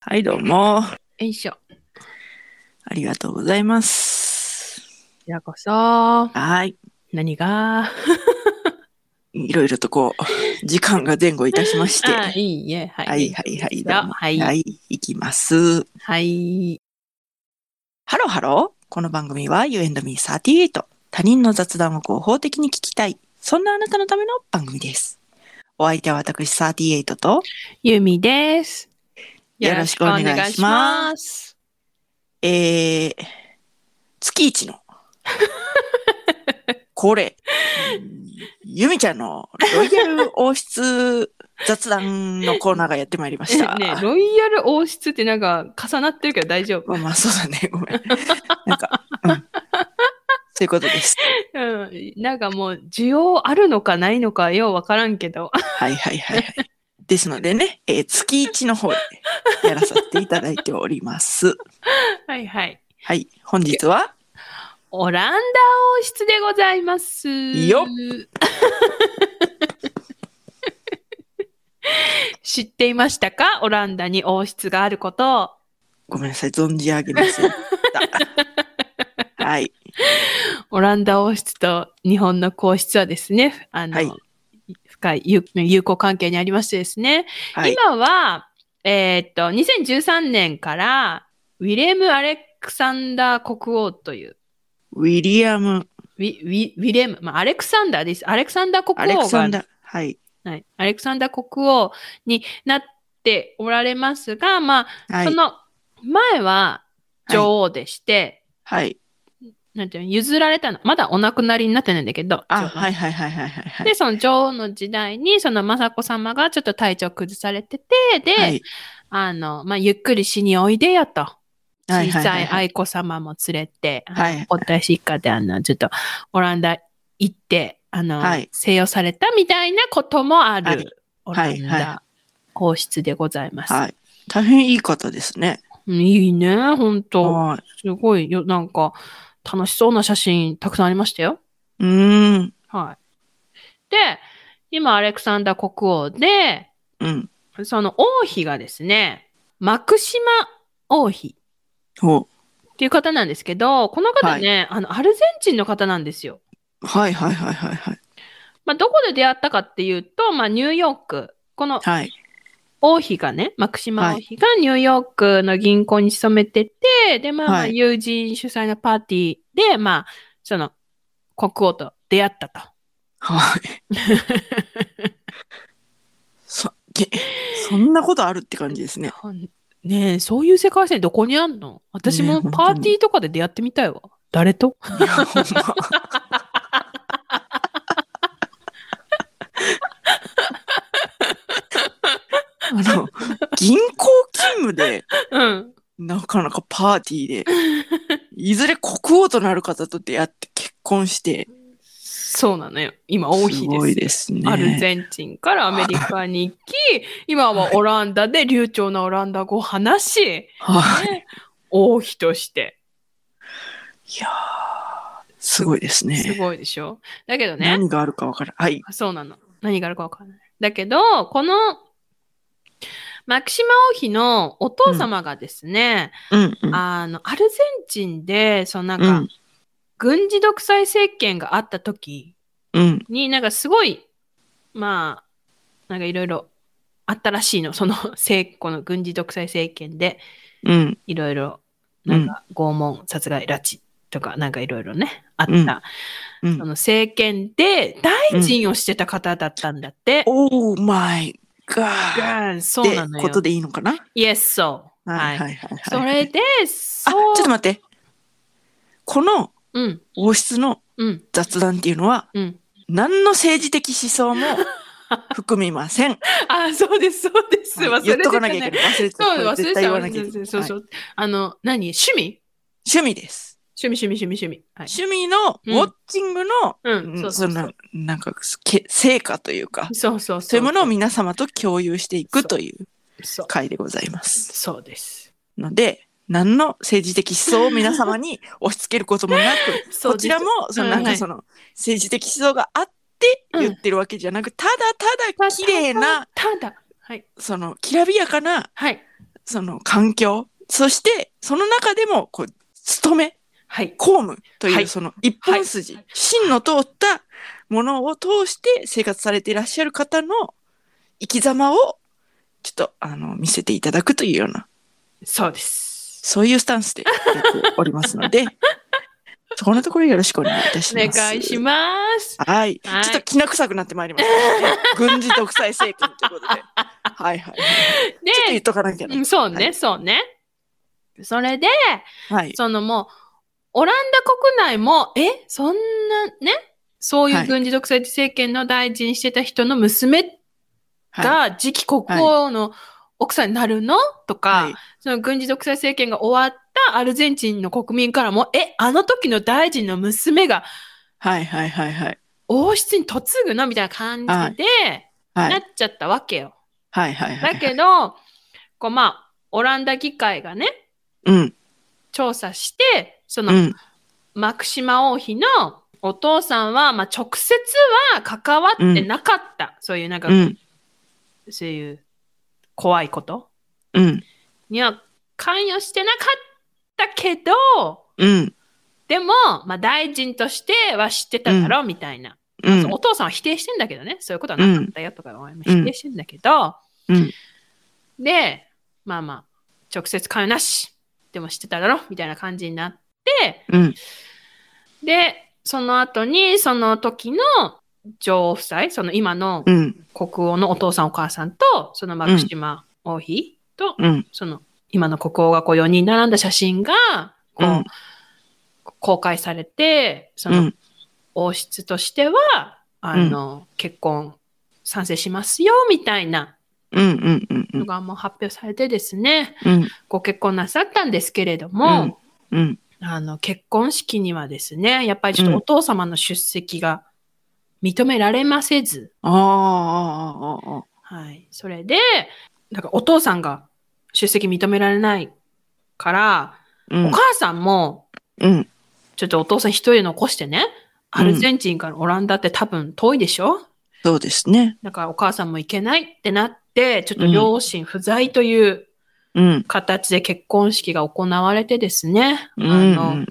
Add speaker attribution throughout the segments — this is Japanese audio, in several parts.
Speaker 1: はい、どうも。
Speaker 2: よいしょ。こ
Speaker 1: ありがとうございます。
Speaker 2: ちらこそ、
Speaker 1: はい。
Speaker 2: 何が
Speaker 1: いろいろとこう、時間が前後いたしまして。
Speaker 2: あ、
Speaker 1: はい
Speaker 2: いえ、はい。
Speaker 1: い、はい、はい。どうも
Speaker 2: はい
Speaker 1: はい、いきます。
Speaker 2: はい。
Speaker 1: ハローハロー。この番組は You and Me38。他人の雑談を合法的に聞きたい。そんなあなたのための番組です。お相手は私38と、
Speaker 2: ゆみです。
Speaker 1: よろしくお願いします
Speaker 2: よろくお願いしす。
Speaker 1: えー、月一 の、これ、うんゆみちゃんのロイヤル王室雑談のコーナーがやってまいりました。
Speaker 2: ねえロイヤル王室ってなんか重なってるけど大丈夫。
Speaker 1: まあまあ、そうだね。ごめん。なんか、うん。そういうことです。
Speaker 2: うん。なんかもう、需要あるのかないのかようわからんけど。
Speaker 1: はいはいはいはい。ですのでね、えー月一の方でやらさせていただいております。
Speaker 2: はいはい。
Speaker 1: はい。本日は、
Speaker 2: オランダ王室でございます。
Speaker 1: よっ
Speaker 2: 知っていましたかオランダに王室があることを。
Speaker 1: ごめんなさい。存じ上げませんで した。はい。
Speaker 2: オランダ王室と日本の皇室はですね、あの、
Speaker 1: はい
Speaker 2: 深い友友好関係にありましてですね、
Speaker 1: はい。
Speaker 2: 今は、えーっと、2013年から、ウィレム・アレクサンダー国王という、
Speaker 1: ウィリアム、
Speaker 2: ウィウィウィレム、まあ、アレクサンダーです。アレクサンダー国
Speaker 1: アレク
Speaker 2: 王
Speaker 1: サ
Speaker 2: が
Speaker 1: ンダー。はい。
Speaker 2: はい、アレクサンダー国王になっておられますが、まあ、
Speaker 1: はい
Speaker 2: そ。の前は女王でして、
Speaker 1: はい。
Speaker 2: なんていうの譲られたの。まだお亡くなりになってないんだけど。
Speaker 1: あ、
Speaker 2: 女王
Speaker 1: はいはいはいはいはいはい。
Speaker 2: で、その女王の時代に、その雅子さまがちょっと体調崩されてて、で、
Speaker 1: はい
Speaker 2: あの、まあ、ゆっくり死においでよと。
Speaker 1: はい
Speaker 2: 小
Speaker 1: はい
Speaker 2: さ
Speaker 1: はいいはい。
Speaker 2: 愛子さまも連れて、
Speaker 1: はい
Speaker 2: あの私一家で、あの、ちょっと、オランダ行って、あの、
Speaker 1: はい
Speaker 2: 静養されたみたいなこともある、
Speaker 1: はい
Speaker 2: オラ
Speaker 1: はい
Speaker 2: ン
Speaker 1: は
Speaker 2: ダ皇室でございます。
Speaker 1: はい。大変いい方ですね。
Speaker 2: うんいいね、本当
Speaker 1: は
Speaker 2: すごいよ、なんか、楽しそうな写真たくさんありましたよ。
Speaker 1: い。うーん。
Speaker 2: はい。で、今、アレクサンダー国王で、
Speaker 1: うん。
Speaker 2: その王妃がですね、マクシマ王妃
Speaker 1: ほ
Speaker 2: っていう方なんですけど、この方ね、あの、アルゼンチンの方なんですよ。
Speaker 1: う。はいはいはいはいはい。
Speaker 2: まあ、どこで出会ったかっていうと、まあ、ニューヨーク。この
Speaker 1: はい。
Speaker 2: 王妃がね、マクシマ王妃がニューヨークの銀行に勤めてて、で、まあま
Speaker 1: は
Speaker 2: あ、
Speaker 1: い
Speaker 2: 友人主催のパーティーで、まあ、その、国王と出会ったと。
Speaker 1: はい。 そ、け、そんなことあるって感じ ですね。
Speaker 2: ねえ、そういう世界線どこにあんの私
Speaker 1: ねえ
Speaker 2: も
Speaker 1: 本当に
Speaker 2: パーティーとかで出会ってみたいわ。誰と
Speaker 1: いやほんまあの、銀行勤務で、
Speaker 2: うん。
Speaker 1: なかなかパーティーで、 いずれ国王となる方と出会って結婚して、
Speaker 2: そうなのよ。今、王妃です
Speaker 1: す。ごいですね。
Speaker 2: アルゼンチンからアメリカに行き、 今はオランダで流暢なオランダ語を話し、
Speaker 1: はい。
Speaker 2: ね王妃として。
Speaker 1: いやーすごいですね。
Speaker 2: すごいでしょだけどね、
Speaker 1: 何があるかわからない。はい。
Speaker 2: そうなの。何があるかわからない。だけど、この、マクシマ王妃のお父様がですね、
Speaker 1: うん、うん。
Speaker 2: あの、アルゼンチンで、そのなん
Speaker 1: う
Speaker 2: か、
Speaker 1: ん、
Speaker 2: 軍事独裁政権があった時
Speaker 1: うん。
Speaker 2: に、なんかすごい、まあ、なんかいろいろあったらしいの。その、 政この軍事独裁政権で、
Speaker 1: うん。
Speaker 2: いろいろ、なんか拷問、殺害、拉致とか、なんかいろいろね、あった。
Speaker 1: う
Speaker 2: そ
Speaker 1: ん。
Speaker 2: の政権で大臣をしてた方だったんだって。
Speaker 1: オーマイガー
Speaker 2: がそうな
Speaker 1: って
Speaker 2: の
Speaker 1: こ
Speaker 2: よ
Speaker 1: と。でいいのかな
Speaker 2: イエス、そう。
Speaker 1: は
Speaker 2: はいい。
Speaker 1: はいはいはい。
Speaker 2: それで、
Speaker 1: あ、ち
Speaker 2: そ
Speaker 1: ょ
Speaker 2: う。
Speaker 1: っと待って。この
Speaker 2: うん、
Speaker 1: 王室の
Speaker 2: うん、
Speaker 1: 雑談っていうのは、
Speaker 2: うん。
Speaker 1: 何の政治的思想 も含みません。
Speaker 2: あ、そうです、そう です。忘れて
Speaker 1: 言
Speaker 2: た
Speaker 1: っとかなきゃいけない。忘れてた。
Speaker 2: そう、
Speaker 1: これ
Speaker 2: 忘れ
Speaker 1: 絶
Speaker 2: てた
Speaker 1: 対言わなきゃいけ
Speaker 2: 忘れ
Speaker 1: ない。
Speaker 2: てたそう
Speaker 1: は
Speaker 2: そ。
Speaker 1: いう
Speaker 2: あの、何趣味
Speaker 1: 趣味です。
Speaker 2: 趣味、趣味、趣味、趣味。はい。
Speaker 1: 趣味のウ
Speaker 2: う
Speaker 1: ォ
Speaker 2: ん
Speaker 1: ッチングの、
Speaker 2: うん、そうそ
Speaker 1: そ
Speaker 2: うそ
Speaker 1: の
Speaker 2: う。
Speaker 1: なんかけ成果というか、
Speaker 2: そうそう
Speaker 1: そういうものを
Speaker 2: 見
Speaker 1: 皆様と共有していくという
Speaker 2: そう
Speaker 1: 回でございます。
Speaker 2: そうです。
Speaker 1: ので、何の政治的思想を皆様に押し付けることもなく、
Speaker 2: そう
Speaker 1: こちらも、その
Speaker 2: うん
Speaker 1: なん
Speaker 2: は
Speaker 1: か
Speaker 2: い
Speaker 1: その政治的思想があって
Speaker 2: うん
Speaker 1: 言ってるわけじゃなく、ただただ綺麗な、
Speaker 2: ただ、はい、
Speaker 1: そのきらびやかな
Speaker 2: はい。
Speaker 1: その環境、そして、その中でも、こう、勤め、
Speaker 2: はい。
Speaker 1: 公務と
Speaker 2: は
Speaker 1: いう、
Speaker 2: い
Speaker 1: その一本筋、芯の通ったものを通して生活されていらっしゃる方の生き様を、ちょっと、あの、見せていただくというような、
Speaker 2: そうです。
Speaker 1: そういうスタンスでやっておりますので、そこのところよろしくお願いいたし
Speaker 2: お
Speaker 1: ま
Speaker 2: 願
Speaker 1: す。
Speaker 2: いします。
Speaker 1: はい。
Speaker 2: はい
Speaker 1: ちょっときな臭くなってまいりました。軍事独裁政権ということで。はいはいはい。ちょ
Speaker 2: で
Speaker 1: っと言っとかなきゃな
Speaker 2: う。んそうね、
Speaker 1: は
Speaker 2: そうね。それで、
Speaker 1: はい。
Speaker 2: そのもう、オランダ国内も、え、そんな、ね、そうい
Speaker 1: は
Speaker 2: う
Speaker 1: い
Speaker 2: 軍事独裁政権の大臣してた人の娘
Speaker 1: はい。
Speaker 2: が次期国王の奥さんになるのとか、
Speaker 1: はい
Speaker 2: その軍事独裁政権が終わったアルゼンチンの国民からも、え、あの時の大臣の娘が
Speaker 1: はいはいはいはい。
Speaker 2: 王室に嫁ぐのみたいな感じで、
Speaker 1: ははい
Speaker 2: なっちゃったわけよ。
Speaker 1: はいはいはい。
Speaker 2: だけど、こうまあ、オランダ議会がね、
Speaker 1: うん。
Speaker 2: 調査して、その、
Speaker 1: うん。
Speaker 2: マクシマ王妃のお父さんは、まあ、直接は関わってなかった。そういうなんか、
Speaker 1: うん。
Speaker 2: そういう怖いこと
Speaker 1: うん。
Speaker 2: には関与してなかったけど、
Speaker 1: うん。
Speaker 2: でも、まあ、大臣としては知ってただろうみたいな、
Speaker 1: うん。
Speaker 2: そうお父さんは否定してんだけどね。そういうことはなかったよとか、お前も否定してんだけど、
Speaker 1: うん
Speaker 2: で、まあまあ、直接関与なし。でも知ってただろみたいな感じになって、
Speaker 1: うん。
Speaker 2: で、その後に、その時の女王夫妻、その今の
Speaker 1: うん。
Speaker 2: 国王のお父さんお母さんと、そのマクシマ王妃と、
Speaker 1: うん。
Speaker 2: その今の国王がこう4人並んだ写真が、こう、
Speaker 1: うん
Speaker 2: 公開されて、その王室としては、あの、結婚賛成しますよ、みたいな
Speaker 1: うん。うん。うん。
Speaker 2: のがもう発表されてですね、
Speaker 1: うん。
Speaker 2: ご結婚なさったんですけれども、
Speaker 1: うん。
Speaker 2: あの、結婚式にはですね、やっぱりちょっとお父様の出席が認められませず、
Speaker 1: ああ、ああ、ああ。
Speaker 2: はい。それで、だからお父さんが出席認められないから、
Speaker 1: うん
Speaker 2: お。母さんも、
Speaker 1: うん。
Speaker 2: ちょっとお父さん一人残してね、
Speaker 1: うん
Speaker 2: アルゼンチンからオランダって多分遠いでしょ、
Speaker 1: そうですね。
Speaker 2: だからお母さんも行けないってなって、ちょっと両親不在という
Speaker 1: うん。
Speaker 2: 形で結婚式が行われてですね、
Speaker 1: う
Speaker 2: あ
Speaker 1: ん。う
Speaker 2: の、
Speaker 1: ん。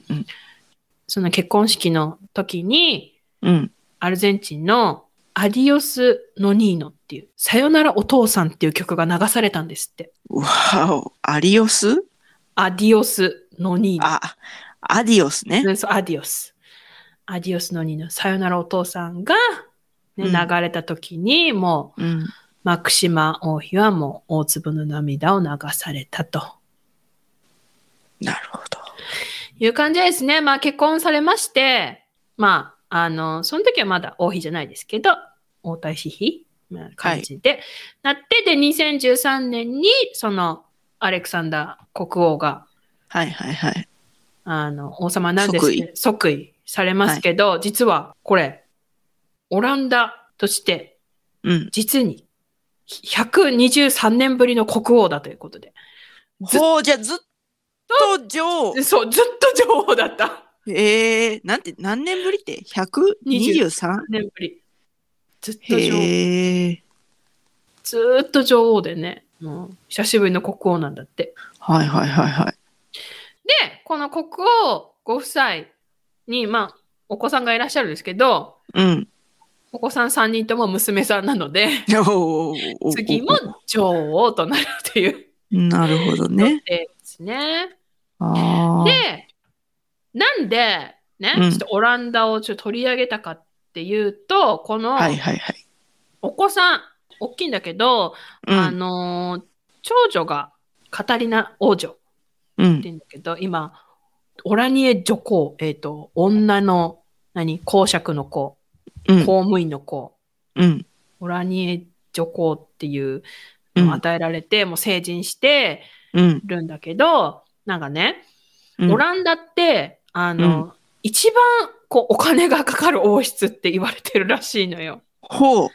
Speaker 2: その結婚式の時に、
Speaker 1: うん。
Speaker 2: アルゼンチンのアディオス・ノニーノっていう、さよならお父さんっていう曲が流されたんですって。
Speaker 1: わお。アリオス
Speaker 2: アディオス・ノニーノ。
Speaker 1: あ、アディオスね。
Speaker 2: ねそうアディオス。アディオス・ノニーノ、さよならお父さんが、ね、
Speaker 1: うん
Speaker 2: 流れた時に、もう、
Speaker 1: うん。
Speaker 2: マクシマ王妃はもう大粒の涙を流されたと
Speaker 1: なるほど。
Speaker 2: いう感じですね。まあ結婚されまして、まあ、あの、その時はまだ王妃じゃないですけど、王太子妃まあ感じで、なって、で、2013年に、その、アレクサンダー国王が、
Speaker 1: はいはいはい。
Speaker 2: あの、王様なんですけど、即位されますけど、実はこれ、オランダとして、
Speaker 1: うん。
Speaker 2: 実に123年ぶりの国王だということで。ずっ
Speaker 1: ほう、じゃあずっと女王。
Speaker 2: そう、ずっと女王だった。
Speaker 1: ええなんて、何年ぶりって ?123?
Speaker 2: 3年ぶり。ずっと女王。
Speaker 1: へえ。
Speaker 2: ずーっと女王でね、もう久しぶりの国王なんだって。
Speaker 1: はいはいはいはい。
Speaker 2: で、この国王ご夫妻に、まあ、お子さんがいらっしゃるんですけど、
Speaker 1: うん。
Speaker 2: お子さん3人とも娘さんなので、
Speaker 1: おーおーおーおー
Speaker 2: 次も女王となるという
Speaker 1: なるほど
Speaker 2: 予定
Speaker 1: ね。
Speaker 2: ですね。
Speaker 1: ああ。
Speaker 2: で、なんで、ね、
Speaker 1: うん
Speaker 2: ちょっとオランダをちょっと取り上げたかっていうと、この
Speaker 1: はいはいはい。
Speaker 2: お子さん、大きいんだけど、
Speaker 1: う
Speaker 2: あ
Speaker 1: ん。
Speaker 2: のー長女がカタリナ王女。
Speaker 1: う
Speaker 2: って
Speaker 1: ん。
Speaker 2: 言うんだけど、今、オラニエ女皇、えっ、と、女の、何、公爵の子、
Speaker 1: う
Speaker 2: 公
Speaker 1: ん。
Speaker 2: 務員の子、
Speaker 1: うん。
Speaker 2: オラニエ女皇っていう
Speaker 1: う
Speaker 2: のを
Speaker 1: ん。
Speaker 2: 与えられて、もう成人して
Speaker 1: うん。
Speaker 2: るんだけど、なんかね、
Speaker 1: うん
Speaker 2: オランダって、あの、一番こうお金がかかる王室って言われてるらしいのよ。
Speaker 1: ほう。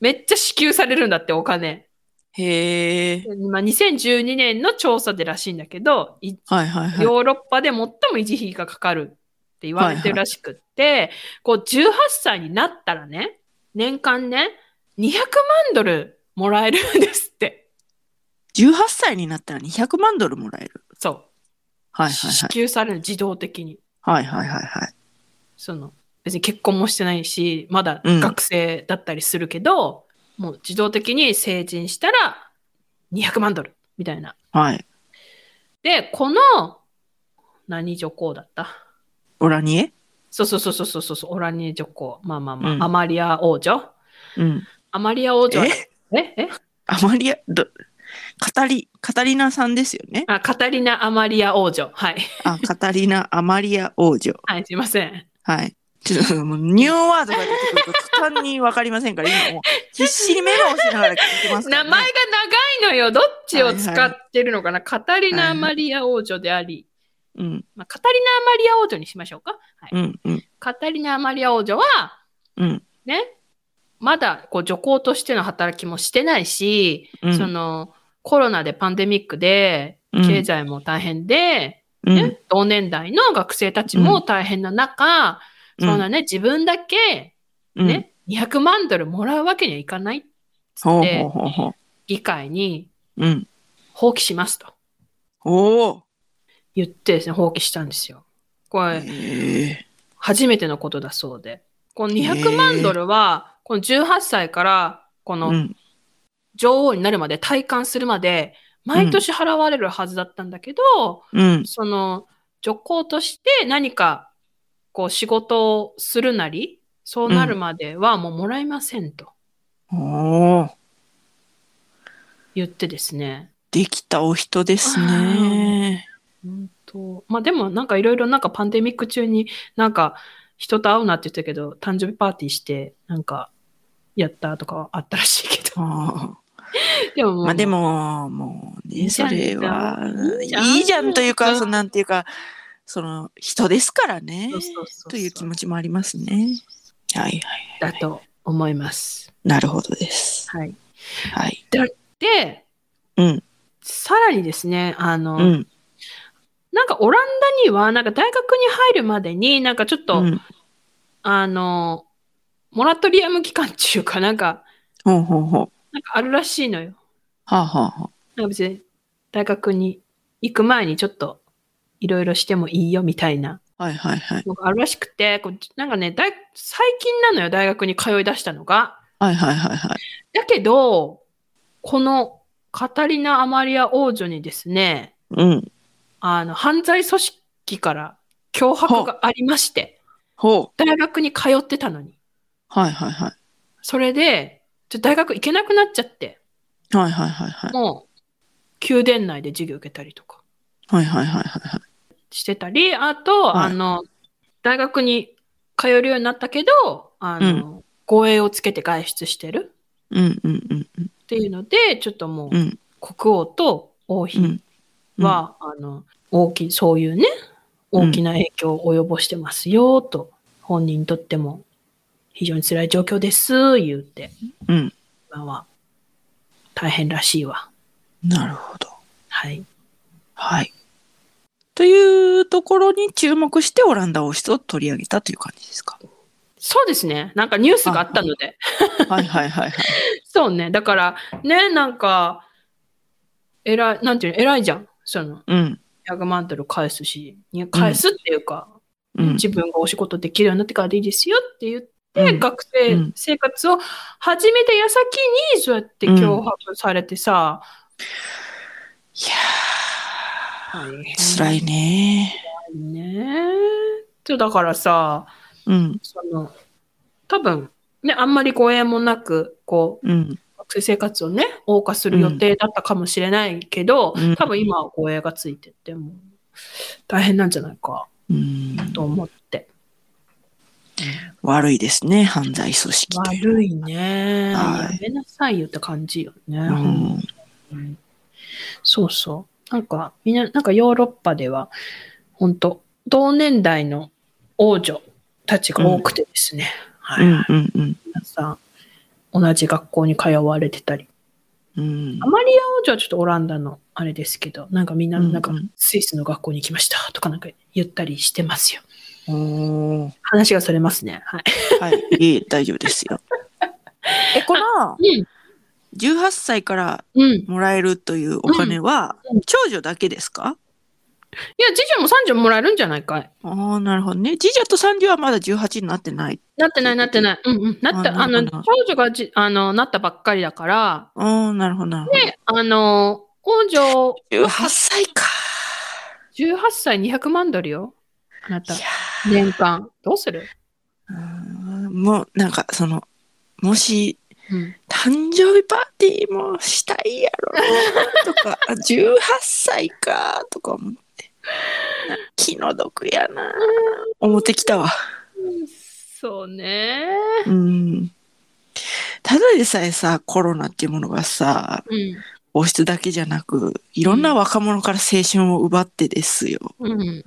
Speaker 2: めっちゃ支給されるんだって、お金。
Speaker 1: へえ。
Speaker 2: まあ、2012年の調査でらしいんだけど、い
Speaker 1: はいはいはい。
Speaker 2: ヨーロッパで最も維持費がかかるって言われてるらしくって、こう18歳になったらね、年間ね、200万ドルもらえるんですって。
Speaker 1: 18歳になったら200万ドルもらえる。
Speaker 2: そう。
Speaker 1: はいはいは
Speaker 2: 支
Speaker 1: い。
Speaker 2: 給される自動的に
Speaker 1: はいはいはいはい。
Speaker 2: その別に結婚もしてないしまだ
Speaker 1: うん
Speaker 2: 学生だったりするけど、もう自動的に成人したら200万ドルみたいな
Speaker 1: はい。
Speaker 2: でこの何女皇だった
Speaker 1: オラニエ
Speaker 2: そうそうそうそうそうそうオラニエ女皇まあまあまあ、
Speaker 1: うん
Speaker 2: アマリア王女
Speaker 1: うん。
Speaker 2: アマリア王女
Speaker 1: え
Speaker 2: ええ
Speaker 1: あまりや、ど、カタリ、カタリナさんですよね。
Speaker 2: あカタリナ・アマリア王女はい
Speaker 1: あ、カタリナ・アマリア王女。
Speaker 2: はいすいません
Speaker 1: はい。ちょっともうニューワードが出てくると途端にわかりませんから、今もう必死にメモをしながら聞いてますか
Speaker 2: 名
Speaker 1: ら、
Speaker 2: 前
Speaker 1: ね。
Speaker 2: が長いのよどっちを使ってるのかな、カタリナ・アマリア王女であり、
Speaker 1: うん、
Speaker 2: まあ、カタリナ・アマリア王女にしましょうか、はい
Speaker 1: うん、うん、
Speaker 2: カタリナ・アマリア王女は
Speaker 1: うん、
Speaker 2: ねまだこう女皇としての働きもしてないし、
Speaker 1: うん
Speaker 2: そのコロナでパンデミックで
Speaker 1: うん
Speaker 2: 経済も大変で、
Speaker 1: うん、
Speaker 2: ね同年代の学生たちも大変な中、
Speaker 1: うん
Speaker 2: そうだね自分だけ、
Speaker 1: うん、
Speaker 2: ね200万ドルもらうわけにはいかない
Speaker 1: ほうほうほうほう。
Speaker 2: 議会に
Speaker 1: うん。
Speaker 2: 放棄しますと
Speaker 1: おお。
Speaker 2: 言ってですね放棄したんですよ。これ、
Speaker 1: え
Speaker 2: 初めてのことだそうで。この200万ドルは、この18歳から、こ
Speaker 1: ーう
Speaker 2: の
Speaker 1: ん。
Speaker 2: 女王になるまで、体感するまで、毎年払われるはずだったんだけど、
Speaker 1: うん。
Speaker 2: その、女皇として何か、こう、仕事をするなり、そうなるまではもうもらえませんと
Speaker 1: おお。
Speaker 2: 言ってですね。
Speaker 1: できたお人ですね。
Speaker 2: 本当まあでもなんかいろいろなんかパンデミック中になんか人と会うなって言ったけど、誕生日パーティーしてなんかやったとかはあったらしいけど。
Speaker 1: あ
Speaker 2: で
Speaker 1: ー
Speaker 2: もも う
Speaker 1: まあでも、もう
Speaker 2: い
Speaker 1: ね、
Speaker 2: いじゃ
Speaker 1: そ
Speaker 2: ん
Speaker 1: れは、
Speaker 2: いいじゃん
Speaker 1: いいじゃんという
Speaker 2: う
Speaker 1: か、
Speaker 2: ん
Speaker 1: そのなんていうか、その人ですからね
Speaker 2: そうそうそうそう、
Speaker 1: という気持ちもありますね。はいはい。
Speaker 2: だと思います。
Speaker 1: なるほどです。
Speaker 2: はい、
Speaker 1: はい。
Speaker 2: で、
Speaker 1: うん
Speaker 2: さらにですねあの、
Speaker 1: うん。
Speaker 2: なんかオランダにはなんか大学に入るまでになんかちょっと、
Speaker 1: うん
Speaker 2: あのモラトリアム期間っていうかなんか
Speaker 1: ほうほうほう。
Speaker 2: なんかあるらしいのよ。
Speaker 1: はあ、はあはあ、
Speaker 2: なんか別に大学に行く前にちょっといろいろしてもいいよみたいな
Speaker 1: はいはいはい。
Speaker 2: のがあるらしくてこうなんかねだい最近なのよ大学に通い出したのが。
Speaker 1: はいはいはいはい。
Speaker 2: だけど、このカタリナ・アマリア王女にですね、
Speaker 1: うん。
Speaker 2: あの、犯罪組織から脅迫がありまして、
Speaker 1: ほう。
Speaker 2: 大学に通ってたのに。
Speaker 1: はいはいはい。
Speaker 2: それで、ちょっと大学行けなくなっちゃって、
Speaker 1: はいはいはいはい。
Speaker 2: もう、宮殿内で授業受けたりとか
Speaker 1: はいはいはいはいはい。
Speaker 2: してたり、あと、
Speaker 1: はい
Speaker 2: あの、大学に通えるようになったけど、あの、護衛をつけて外出してる
Speaker 1: うんうんうんうん
Speaker 2: っていうので、ちょっともう
Speaker 1: う、ん
Speaker 2: 国王と王妃
Speaker 1: うん。
Speaker 2: は、あの大きいそういうね大きな影響を及ぼしてますよと、本人にとっても非常に辛い状況です言うて
Speaker 1: うん。
Speaker 2: 今は大変らしいわ
Speaker 1: なるほど。
Speaker 2: はい
Speaker 1: はい。というところに注目してオランダ王室を取り上げたという感じですか。
Speaker 2: そうですねなんかニュースがあったので
Speaker 1: はいはいはいはい。
Speaker 2: そうねだからねなんか偉いなんていうの偉いじゃんその
Speaker 1: うん。
Speaker 2: 100万ドル返すしに返すっていうか、
Speaker 1: うん。
Speaker 2: 自分がお仕事できるようになってからでいいですよって言っ
Speaker 1: う
Speaker 2: て、
Speaker 1: ん
Speaker 2: 学生生活を始めた矢先にそうやって脅迫されてさ、
Speaker 1: いや
Speaker 2: 大変
Speaker 1: ー、辛いね。
Speaker 2: ねちょだからさ
Speaker 1: うん。
Speaker 2: その多分ねあんまりご縁もなくこう
Speaker 1: うん。
Speaker 2: 学生生活をね謳歌する予定だったかもしれないけど、
Speaker 1: うん
Speaker 2: 多分今はご縁がついててもう大変なんじゃないか
Speaker 1: うん。
Speaker 2: と思って
Speaker 1: 悪いですね。犯罪組織という。
Speaker 2: 悪いね、
Speaker 1: はい
Speaker 2: やめなさいよって感じよね。
Speaker 1: うん。
Speaker 2: そうそう。なんか、みんな、なんかヨーロッパでは、本当同年代の王女たちが多くてですね。
Speaker 1: う
Speaker 2: はい。
Speaker 1: んうんうん。
Speaker 2: 皆さん、同じ学校に通われてたり。
Speaker 1: うん
Speaker 2: ア。マリア王女はちょっとオランダのあれですけど、なんかみんな、
Speaker 1: うんうん
Speaker 2: なんか、スイスの学校に行きましたとかなんか言ったりしてますよ。
Speaker 1: おー
Speaker 2: 話がそれますね。はい。
Speaker 1: はい、いえ大丈夫ですよ。え、この、
Speaker 2: うん。
Speaker 1: 18歳から
Speaker 2: うん。い
Speaker 1: もらえるというお金は
Speaker 2: うんうん、
Speaker 1: 長女だけですか、
Speaker 2: や、次女も三女ももらえるんじゃないかい。
Speaker 1: ああ、なるほどね。次女と三女はまだ18になってない。
Speaker 2: なってない、なってない。うんうん。なった、
Speaker 1: あ
Speaker 2: あ
Speaker 1: なる
Speaker 2: の、
Speaker 1: ほど
Speaker 2: 長女がじ、あの、なったばっかりだから、
Speaker 1: ああ、なるほど、なるほ
Speaker 2: で、あの、王女、
Speaker 1: ど。18歳か。
Speaker 2: 18歳200万ドルよ。あないた
Speaker 1: や、
Speaker 2: 年間。どうする
Speaker 1: ーうーんもう、なんか、その、もし、
Speaker 2: うん。
Speaker 1: 誕生日パーティーもしたいやろなとか、 あ18歳か、とか思って。気の毒やな。思ってきたわ。
Speaker 2: そうね。
Speaker 1: うん。ただでさえさ、コロナっていうものがさ、
Speaker 2: うん。
Speaker 1: 王室だけじゃなく、いろんな若者から青春を奪ってですよ。
Speaker 2: うん。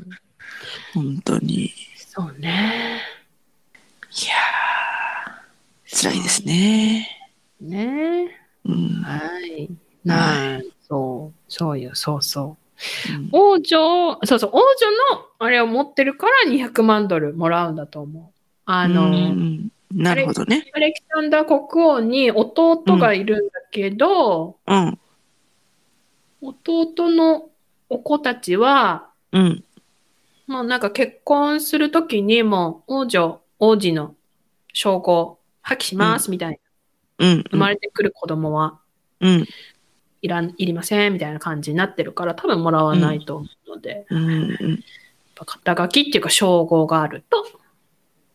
Speaker 1: 本当に。い
Speaker 2: そうね。
Speaker 1: やー、辛いですね。
Speaker 2: ね。
Speaker 1: うん。
Speaker 2: はい。
Speaker 1: は
Speaker 2: はい。そう。そうよ、そうそう。
Speaker 1: うん
Speaker 2: 王女、そうそう、王女のあれを持ってるから200万ドルもらうんだと思う。あの、
Speaker 1: うんなるほどね。
Speaker 2: アレキサンダー国王に弟がいるんだけど、
Speaker 1: うん。
Speaker 2: 弟のお子たちは、
Speaker 1: うん。
Speaker 2: もうなんか結婚するときにもう王女、王子の称号を破棄しますみたい
Speaker 1: う
Speaker 2: な、
Speaker 1: ん。
Speaker 2: 生まれてくる子供は
Speaker 1: うん。
Speaker 2: いらん、いりませんみたいな感じになってるから多分もらわないと思うので、や
Speaker 1: う
Speaker 2: っ
Speaker 1: ん。うん
Speaker 2: ぱ肩書きっていうか称号があると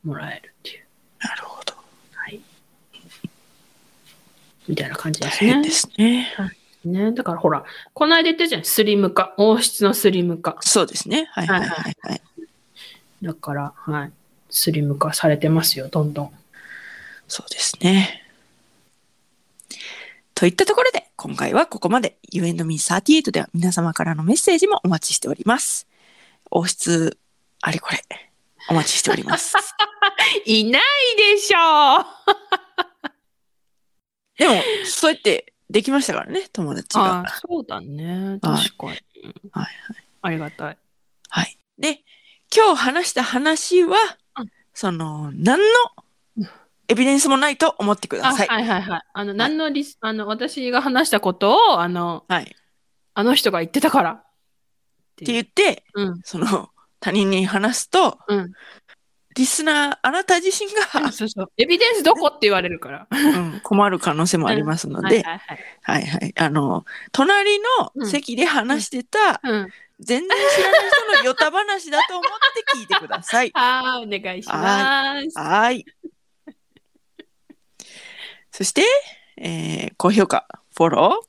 Speaker 2: もらえるっていう、
Speaker 1: なるほど。
Speaker 2: はい。みたいな感じで
Speaker 1: 大
Speaker 2: す
Speaker 1: 変
Speaker 2: ね
Speaker 1: で。すね。
Speaker 2: ね、だからほら、この間言ったじゃん、スリム化、王室のスリム化。
Speaker 1: そうですね。はいはいはいはい。
Speaker 2: だから、はい、スリム化されてますよ、どんどん。
Speaker 1: そうですね。といったところで、今回はここまで。U&Me38 では皆様からのメッセージもお待ちしております。王室、あれこれ、お待ちしており ます。
Speaker 2: いないでしょう
Speaker 1: でも、そうやってできましたからね、友達
Speaker 2: あ
Speaker 1: が。
Speaker 2: そうだね、
Speaker 1: はい
Speaker 2: 確かに。
Speaker 1: はい
Speaker 2: ありがたい。
Speaker 1: はい。で、今日話した話は
Speaker 2: うん、
Speaker 1: その、何のエビデンスもないと思ってくだ
Speaker 2: あ、
Speaker 1: さ。
Speaker 2: はいいはいはい。あの、何のリス、あの、私が話したことを、あの、
Speaker 1: はい。って
Speaker 2: あの人が言ってたから。って
Speaker 1: 言って、
Speaker 2: うん。
Speaker 1: その、他人に話すと、
Speaker 2: うん。
Speaker 1: リスナー、あなた自身が、
Speaker 2: そうそう。エビデンスどこって言われるから。
Speaker 1: うん困る可能性もありますの
Speaker 2: はい
Speaker 1: で、
Speaker 2: はいはい。
Speaker 1: はいはい。あの、隣
Speaker 2: う
Speaker 1: の
Speaker 2: ん
Speaker 1: 席で話してた、
Speaker 2: うん。
Speaker 1: 全然知らない人のヨタ話だと思って聞いてくだ さい。
Speaker 2: はい、お願いします。
Speaker 1: はい。そして、えー高評価、フォロ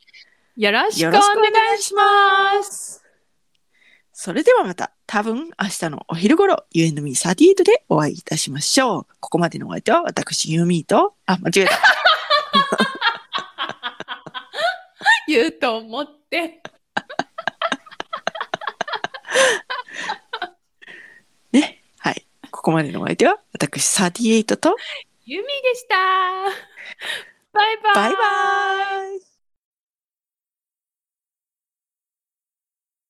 Speaker 2: よろし
Speaker 1: ー、よ
Speaker 2: くお
Speaker 1: ろしくお
Speaker 2: 願い
Speaker 1: 願いします。それではまた、多分明日のお昼頃、You and Me38 でお会いいたしましょう。ここまでのお相手は、私、ユーミーと、あ、間違え た。
Speaker 2: 言うと思って。
Speaker 1: ね。はい。ここまでのお相手は、私、38と、
Speaker 2: ゆみでした。バイバイ。
Speaker 1: バイバイ